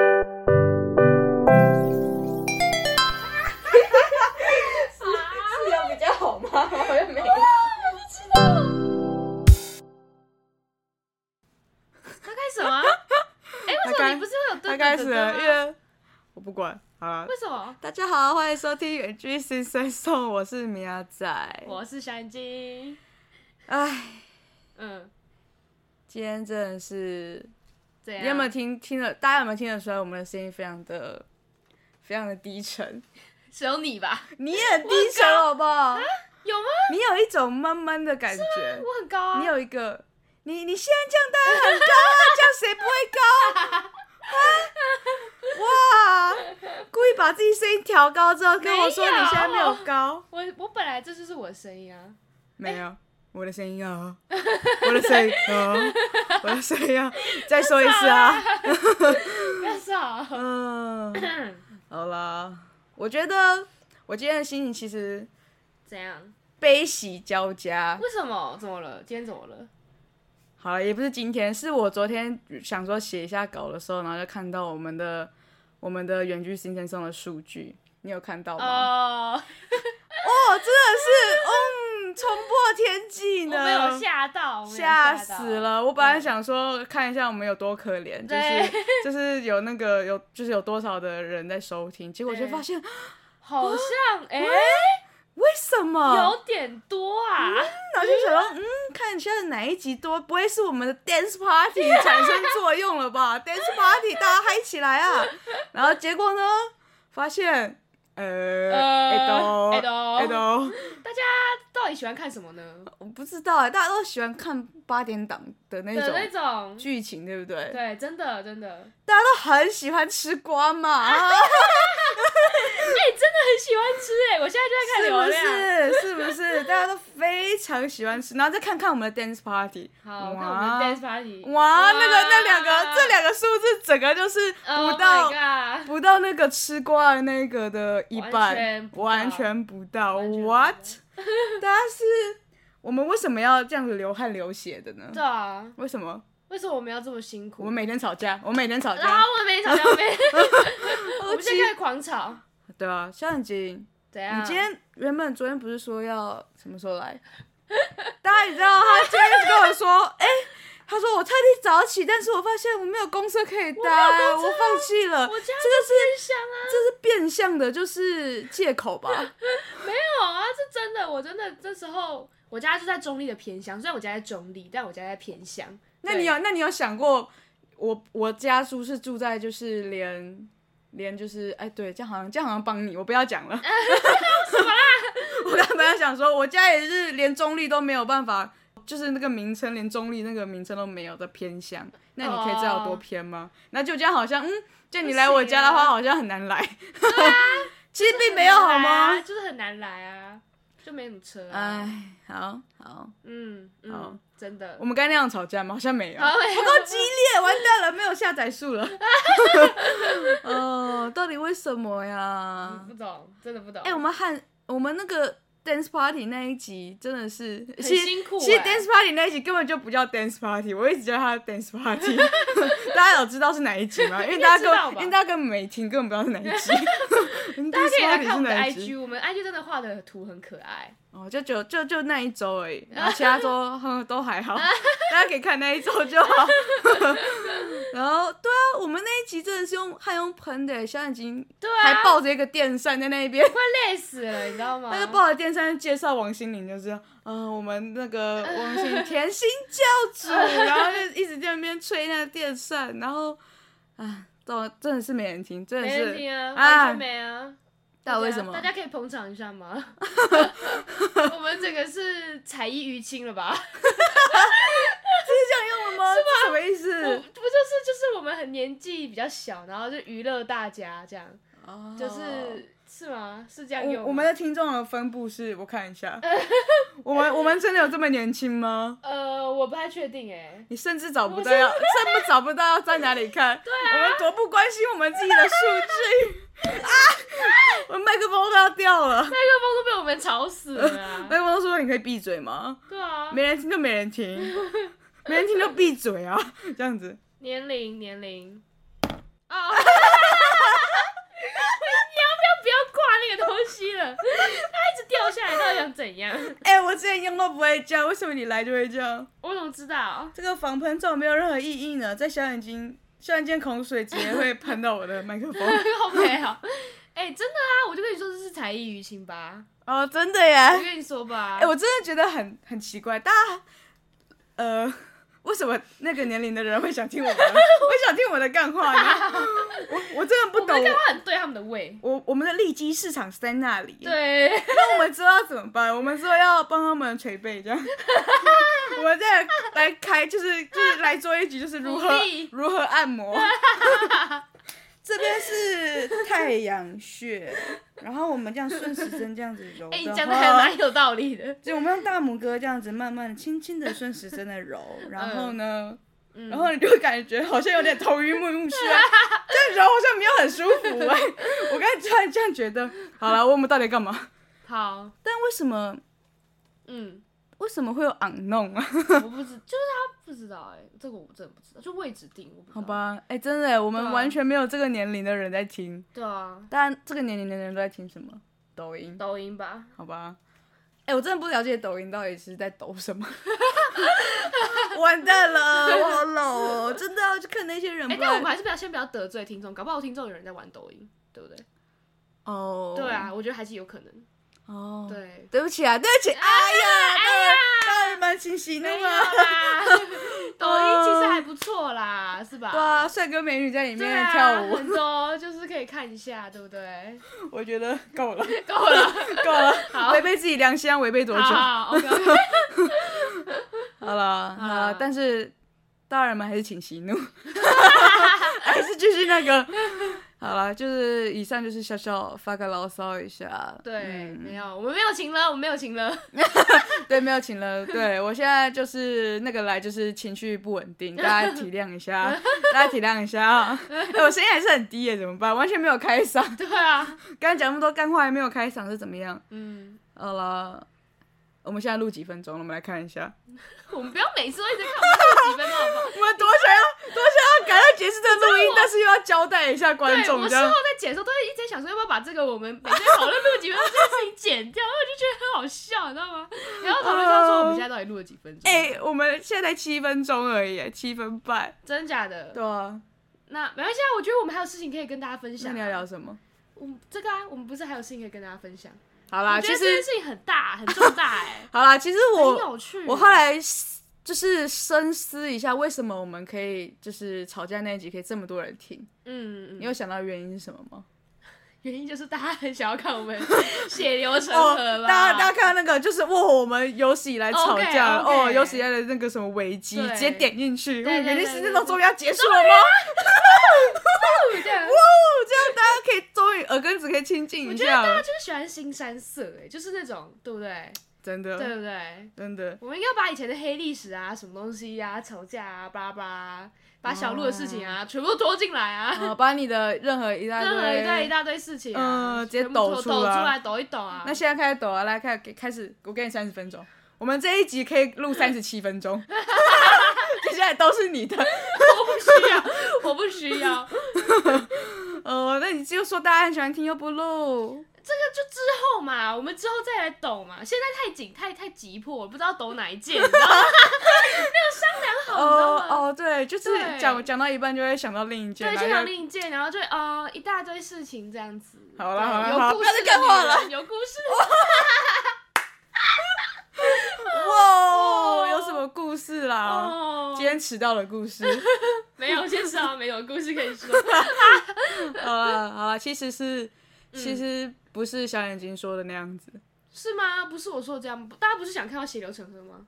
啊 哎有对他对开对始对了，因吗？为我不管，好了。啊为什么？大家好，欢迎收听《远距新生颂》，我是米亚仔。我是香精，哎，嗯，今天真的是，这样。你有没有听听了？大家有没有听得出来我们的声音非常的、非常的低沉？只有你吧？你也很低沉，好不好？有吗？你有一种闷闷的感觉，我很高啊。你有一个，你你现在这样当然很高啊，这样谁不会高啊？哇，故意把自己声音调高之后跟我说没有你现在没有高，我我本来这就是我的声音啊。没有，我的声音啊，我的声音啊，我的声音啊，再说一次啊，不要笑。 嗯，好啦，我觉得我今天的心情其实怎样？悲喜交加。为什么？怎么了？今天怎么了？好了，也不是今天，是我昨天想说写一下稿的时候，然后就看到我们的我们的远距新生送的数据，你有看到吗？哦，哦，真的是，嗯，冲破天际我呢，没有吓到，我没有吓吓死到。了！我本来想说看一下我们有多可怜，就对是就是有那个有就是有多少的人在收听，结果就对发现好像哎，为什么？有点多啊。然后就想到，嗯，看一下哪一集多，不会是我们的 dance party 产生作用 了吧？dance party 大家嗨起来啊！然后结果呢，发现呃，呃哎都哎都哎都，大家到底喜欢看什么呢？我不知道哎，大家都喜欢看八点档的那的那种哎种，剧情，对不对？对，真的真的。大家都很喜欢吃瓜嘛。 啊哎、真的很喜欢吃哎、我现在就在看是流不量。是？是不是？大家都非常喜欢吃，然后再看看我们的 dance party，好，我看我们的 dance party。哇，那个那两个这两个数字，整个就是不到、 Oh my god！不到那个吃瓜的那个的一完半，全不到完全不到。完全不到 What？大家是，我们为什么要这样子流汗流血的呢对？啊，为什么？为什么我们要这么辛我苦？们每天 吵架，我们每天吵然架后，我没 吵架，我没，我们现在开始狂吵，啊对啊，萧眼睛。怎样？你今天原本昨天不是说要什么时候来？ 大家你知道，他今天跟我说，哎、他说我特地早起，但是我发现我没有公车可以搭，我放弃了。啊我家这个是真香啊！这是变相的，就是借口吧？没有啊，是真的，我真的这时候我家就在中立的偏乡，虽然我家在中立，但我家在偏乡。那对你有那你有想过，我我家族是住在就是连连就是哎对，这样好像这样好像帮你，我不要 讲了。什么啦？ 我刚本来想说，我家也是连中立都没有办法，就是那个名称连中立那个名称都没有的偏乡。那你可以知道有多偏吗那就这样好像嗯，叫你来我家的哦不话行啊啊好像很难来。 其实并没有很好难来吗啊？就是很难来啊，就没什么车、啊。哎，好好。嗯好嗯，真的我。们刚刚那样吵架吗？好像没有，好没有不够激烈，完蛋了，没有下载数了。 哦，到底为什么呀？不懂，真的不懂。哎、我们汉，我们那个 dance party 那一集真的是很其实辛苦其实哎 dance party 那一集根本就不叫 dance party，我一直叫它 dance party。大家有知道是哪一集吗？因为大应该知家道根吧因为大家根本没听，根本不知道是哪一集。 大家可以来看 dance party 是我们的哪一集？ IG，我们 IG 真的画的图很可爱。哦，就就就就那一周而 已，然后其他周哼都还好，大家可以看那一周就好。 然后对啊，我们那一集真的是用还用喷的，小眼睛对还啊，抱着一个电扇在那 边，快累死了，你知道吗？他就抱着电扇介绍王心凌，就是嗯、呃我们那个王心凌甜心教主，然后就一直在那边吹那个电扇，然后啊，真真的是没人听，真的没人是，听啊，哎完全没啊。到底为什么大？家大家可以捧场一下 吗？我们这个是才艺淤青了吧？这样用了吗？这什么意 不不就思是？就是我们很年纪比较小，然后就娱乐大家这样，哦就是、是吗？是这样用吗我我们的听众的分布是，我看一下， 我们我们真的有这么年轻吗？呃，我不太确定哎、你甚至找不到要，甚至找不到要在哪里看。 对啊，我们多不关心我们自己的数据啊！我麦克风都要掉了，麦克风都被我们吵死了啊、麦克风说你可以闭嘴吗？ 对啊，没人听就没人听，没人听就闭嘴啊！这样子，年龄年龄。哦， 你要不要不要挂那个东西了？它一直掉下来，到底想怎样？哎、我之前用都不会这样，为什么你来就会这样？ 我怎么知道？这个防喷罩没有任何意义呢，在小眼睛虽然今天口水直接会喷到我的麦克风。 好美好。哎、真的啊，我就跟你说这是才艺于情吧，哦，真的耶我！跟你说吧，哎、我真的觉得很很奇怪，大家，呃，为什么那个年龄的人会想听我的，会想听我的干话呢？我我真的不我们的，懂干话很对他们的胃。我我们的利基市场是在那里， 对，那我们知道要怎么办？我们说要帮他们捶背，这样， 我们再来开，就是就是来做一局，就是如何鼓励如何按摩。 这边是太阳穴，然后我们这样顺时针这样子揉哎、你的讲的话还蛮有道理的。就我们用大拇哥这样子慢慢轻轻的顺时针的揉，然后呢，然后你就会感觉好像有点头晕目眩，啊 这样揉好像没有很舒服哎、我刚才突然这样觉得，好了，我们到底干嘛？好， 但为什么嗯， 为什么会有昂弄啊？我不知，就是他不知道哎、这个我真的不知道，就位置定，我不知道 好，吧，哎、真的耶，我们对啊完全没有这个年龄的人在听，对啊，大家这个年龄的人都在听什么？抖音，抖音吧，好吧。哎、我真的不了解抖音到底是在抖什 么，完蛋了，我好老 哦，真的要去看那些人哎、不但我然们还是不要先不要得罪听众，搞不好听众有人在玩抖音，对不对？哦，对，啊，我觉得还是有可能。哦， 对，对不起啊，对不起，哎呀，哎呀，当然蛮清晰的没有啊嘛， 啦，抖音其实还不错啦，是吧？嗯对啊，帅哥美女在里对啊面啊，跳舞，很多就是可以看一下，对不 对？我觉得够了， 够了，够了，违背自己良心啊要违背多久？好，OK OK，好了，好了，啊但是大人们还是请 息怒，还是继续那个。好了，就是以上就是小小发个牢骚一下。对，嗯没有，我们没有情了，我们没有情了， 对，没有请了。对我现在就是那个来，就是情绪不稳定，大家体谅一下，大家体谅一下啊、 哎我声音还是很低耶，怎么办？完全没有开嗓，对啊，刚才讲那么多干话，还没有开嗓是怎么样？嗯，好了，我们现在录几分钟了？我们来看一下。我们不要每次都一直看我们几分钟好不好？我们多想要多想要赶快结束这个录音你知道，我但是又要交代一下观对，众我事这后样。在剪的时候，都会一直在想说要不要把这个我们每天讨论录几分钟这件事情剪掉，然后我就觉得很好笑，你知道吗？然后讨论到说我们现在到底录了几分钟？哎、我们现在才七分钟而已，七分半。真假的？对啊，那没关系啊，我觉得我们还有事情可以跟大家分那享啊。你要嗯聊什么？我们这个啊，我们不是还有事情可以跟大家分享？好啦，我觉其得这实件事情很大，很重大 哎、好啦，其实很我有趣。我后来就是深思一下，为什么我们可以就是吵架那一集可以这么多人听？嗯，嗯你嗯有想到原因是什么吗？原因就是大家很想要看我们血流成河哦，吧？大家大家看到那个就是哇，我们有史以来吵架 OK，OK 哦，有史以来的那个什么危机，对直接点进去，对对原来对是对那种终于要结束了吗？对不对？这样大家可以终于耳根子可以清静我一觉得大家下，就是喜欢新山色哎、就是那种对不对？真的对不对？真的。我们应该把以前的黑历史啊、什么东西啊、吵架啊、巴拉巴拉，把小鹿的事情哦啊，全部拖进来啊，啊，把你的任何一大任何一堆一堆，大堆事情啊，啊嗯直接全部都抖出抖来来，抖一抖啊那。现在开始抖啊，来开始开始，我给你三十分钟，我们这一集可以录三十七 分钟，接下来都是你的。需要， 我不需要。呃，那你就说大家很喜欢听又不录，就之后嘛，我们之后再来抖嘛。现在太紧，太太急迫，我不知道抖哪一件，你知 道吗？没有商量好，你知道哦吗？哦，对，就是对讲讲到一半就会想到另一件，对，然后就又想另一件，然后就呃一大堆事情这样子。好啦对好啦好啦有故不要再事的干话女了人有故事 哇，有什么故事的啦？哦。今天迟到的故事，没有，先生啊，没有故事可以说。好啦好啦，其实是嗯其实不是小眼睛说的那样子，是吗？不是我说的这样，大家不是想看到血流成河 吗？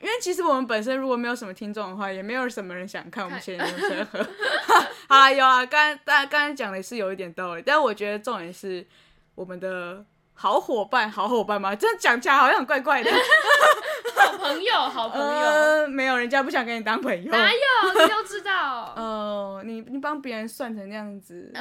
因为其实我们本身如果没有什么听众的话，也没有什么人想看我们闲聊生活。 好啦，有啊，刚大家刚才讲的是有一点道理，但我觉得重点是我们的好伙伴，好伙伴嘛，这样讲起来好像很怪怪的。好朋友，好朋友，呃，没有，人家不想跟你当朋友。哪有？你都知道。 哦，你你帮别人算成那样 子，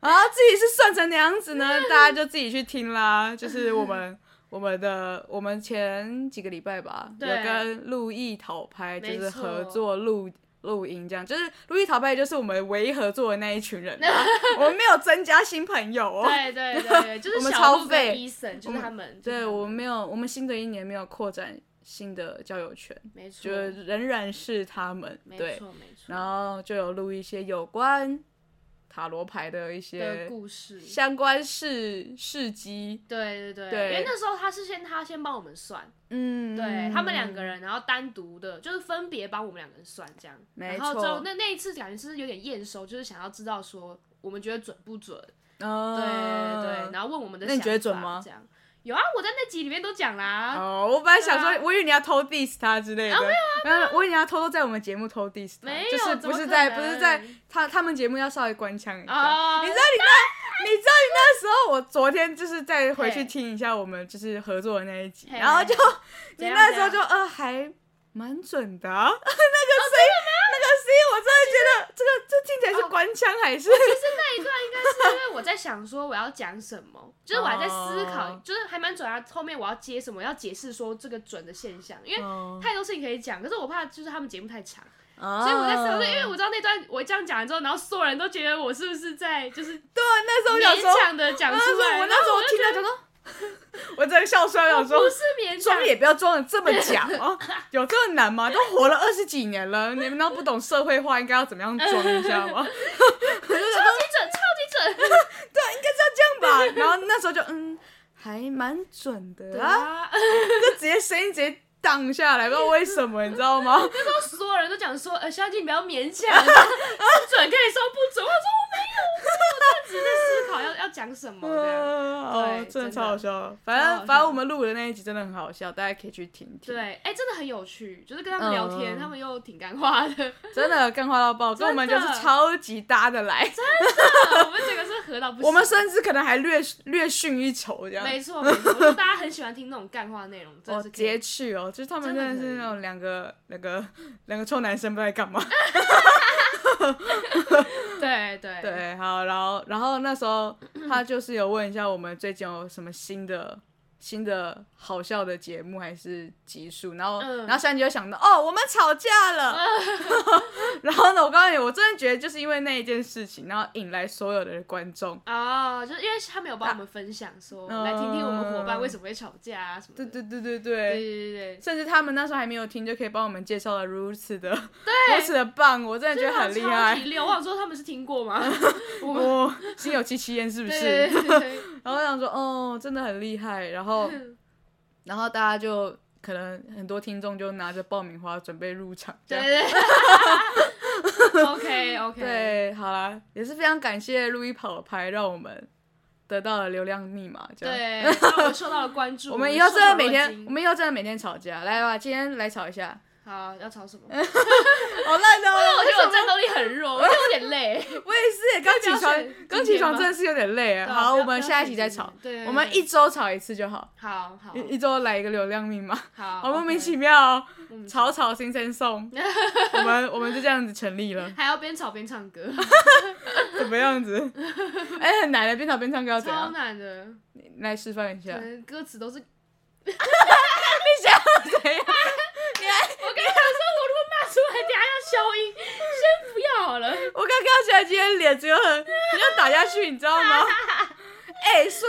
啊，自己是算成那样子呢，大家就自己去听啦。就是我们我们的我们前几个礼拜吧，有对跟陆毅讨拍，就没是错合作录。录音这样，就是陆毅讨拍，就是我们唯一合作的那一群人 啊、我们没有增加新朋友哦。对对对，就我是们小超鹿废跟医生，就是他们。就是对他们我们没有，我们新的一年没有扩展新的交友圈，没错就，仍然是他们没对，错，没错。然后就有录一些有关塔罗牌的一的些故事，相关事事迹，对对对，对因为那时候他是先他先帮我们算，嗯，对他们两个人，然后单独的，就是分别帮我们两个人算这样。没然错后之后那那一次感觉是有点验收，就是想要知道说我们觉得准不准，嗯，对对，然后问我们的那想法，你觉得准吗这样有啊，我在那集里面都讲啦，哦，我本来想对啊说，我以为你要偷 diss 他之类的，没有，啊我以为你要偷偷在我们节目偷 diss 他，没有就是怎不么是可在不是在能他他们节目要稍微官腔一下，哦你知道你那，你知道你那时候，我昨天就是再回去嘿听一下我们就是合作的那一集，嘿然后就怎你样那时候怎就样哦呃还蛮准 的啊，那个 C 那个 C 我真的觉得这个这听起来是哦官腔还是 那一段应该是因为我在想说我要讲什 么，就是我还在思考，哦就是还蛮准啊。后面我要接什么，要解释说这个准的现象，因为哦太多事情可以讲，可是我怕就是他们节目太长，所所以我在思考，因为我知道那段我这样讲完之后，然后所有人都觉得我是不是在就是对啊那时候我想说啊勉，强的讲那出时来，候我然那时后候我我听了就就说， 我真的笑出来，我想觉得说不是勉强装，也不要装的这么 假哦，有这么难吗？都活了二十几年了，你们都不懂社会化，应该要怎么样装一下吗？ 超级准，超级准，这样吧，然后那时候就嗯，还蛮准的啊，啊！就直接声音直接荡下来，不知道为什么，你知道吗？那时候所有人都讲说，呃，萧敬不要勉强， 不准可以说不准，我说我没有，我没有，我当时在思考要要讲什嗯么这样。哦，真的真的超好笑，超反好正反笑正我们录的那一集真的很好笑，大家可以去听听。对，哎、真的很有趣，就是跟他们聊天，嗯他们又挺干话的， 真的干话到爆，跟我们就是真的超级搭的来，我们整个是合到不行。我们甚至可能还略略逊一筹这样。没错没错，就大家很喜欢听那种干话内容，真哦的是，可以截去哦，就是他们真的真可的是以那种两个那个两个臭男生不知道在干嘛。对对对，好，然后然后那 时候他就是有问一下我们最近有什么新的新的好笑的节目还是集数，然后、嗯然后珊姐就想到哦，我们吵架了，嗯 然后呢，我告诉你，我真的觉得就是因为那一件事情，然后引来所有的观众。哦，就是因为他们有帮我们分享说，嗯来听听我们伙伴为什么会吵架啊什么的。对对对对对对对，对对甚至他们那时候还没有听，就可以帮我们介绍了如此的如此的棒，我真的对，觉得很厉害超级。溜。我想说他们是听过吗？我们我心有戚戚焉，是不对是对？对对对，然后我想说，哦，真的很厉害。然后，然后大家就可能很多听众就拿着爆米花准备入场，这样。对 对。OK OK，，对，好啦，也是非常感谢路易跑拍，让我们得到了流量密码，这样。对，让我们受到了关注。我们以后真的每受宠若天，惊我们以后真的每天吵架，来吧，今天来吵 一下。好要吵什 么？好烂的，我觉得我我战斗力很弱， 我觉得我有点累。我也是，刚起不要床选，刚今起天床吧真的是有点累。对啊好，不要我们不要下一选集再今天吵，对，对我们对一嗯周吵一次就好，好好一一周来一个流量密码。好，好莫名 OK 其妙哦，莫名其妙草草新 生送，我们我们就这样子成立了，还要边吵边唱歌， 怎么 样子？哎、很难的，边吵边唱歌要怎超样？难的，你来示范一下可，能歌词 都是。我怎样？跟他说，我如果骂出来，等一下要消音，先不要好了。我刚刚起来，今天脸只有很，你要打下去，你知 道吗？哎、说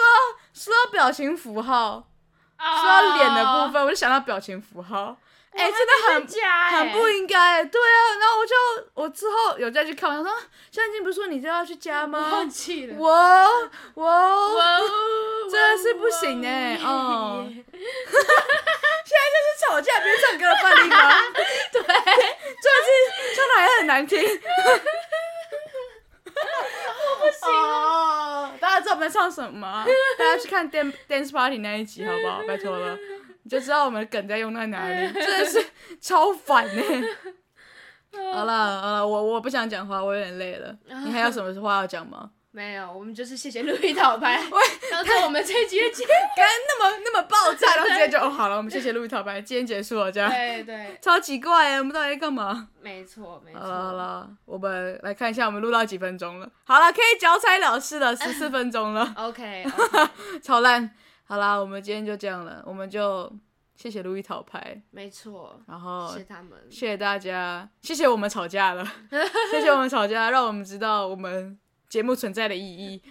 说到表情符号，说到脸的部分，分，我就想到表情符号，哎、哦哇真的很假哎，很不应该，对啊，然后我就我之后有再去看，我想说，啊现在已经不是说你就要去加吗忘？记了。我我哇哦真的是不行哎哇哦啊吵架别唱歌的范例吗？对，就是唱的还很难听。我不行哦！大家知道我们在唱什么吗？大家去看 dance dance party 那一集好不好？拜托了，你就知道我们的梗在用在哪 里，真的是超烦呢、好了好了，我我不想讲话，我有点累了。你还有什么话要讲吗？ 没有，我们就是谢谢路易讨牌， 当做我们这一集的结尾。刚刚那么那么爆 炸，然后直接就哦好了，我们谢谢路易桃白，今天结束了这样，对对，超奇怪欸耶，我们到底在干嘛？没错没好了好错。了，我们来看一下我们录到几分钟了。好了，可以交差了事 了，十四分钟了， OK，哦超烂。好啦，我们今天就这样了，我们就谢谢路易讨牌，没错，然后谢谢他们。谢谢大家，谢谢我们吵架 了，谢谢我们吵架，让我们知道我们节目存在的意义，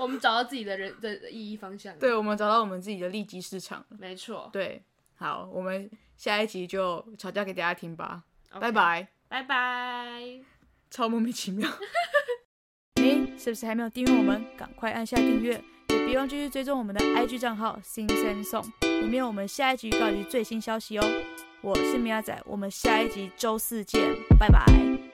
我们找到自己的人的意义方向。，对我们找到我们自己的利基市场了。没错。对，好，我们下一集就吵架给大家听吧， OK，拜拜。拜拜。超莫名其 妙。您是不是还没有订阅我们？赶快按下订阅，也别忘继续追踪我们的 IG 账号 Sing Sing Song，里面有我们下一集预告及最新消息哦。我是米亚仔，我们下一集周四见，拜拜。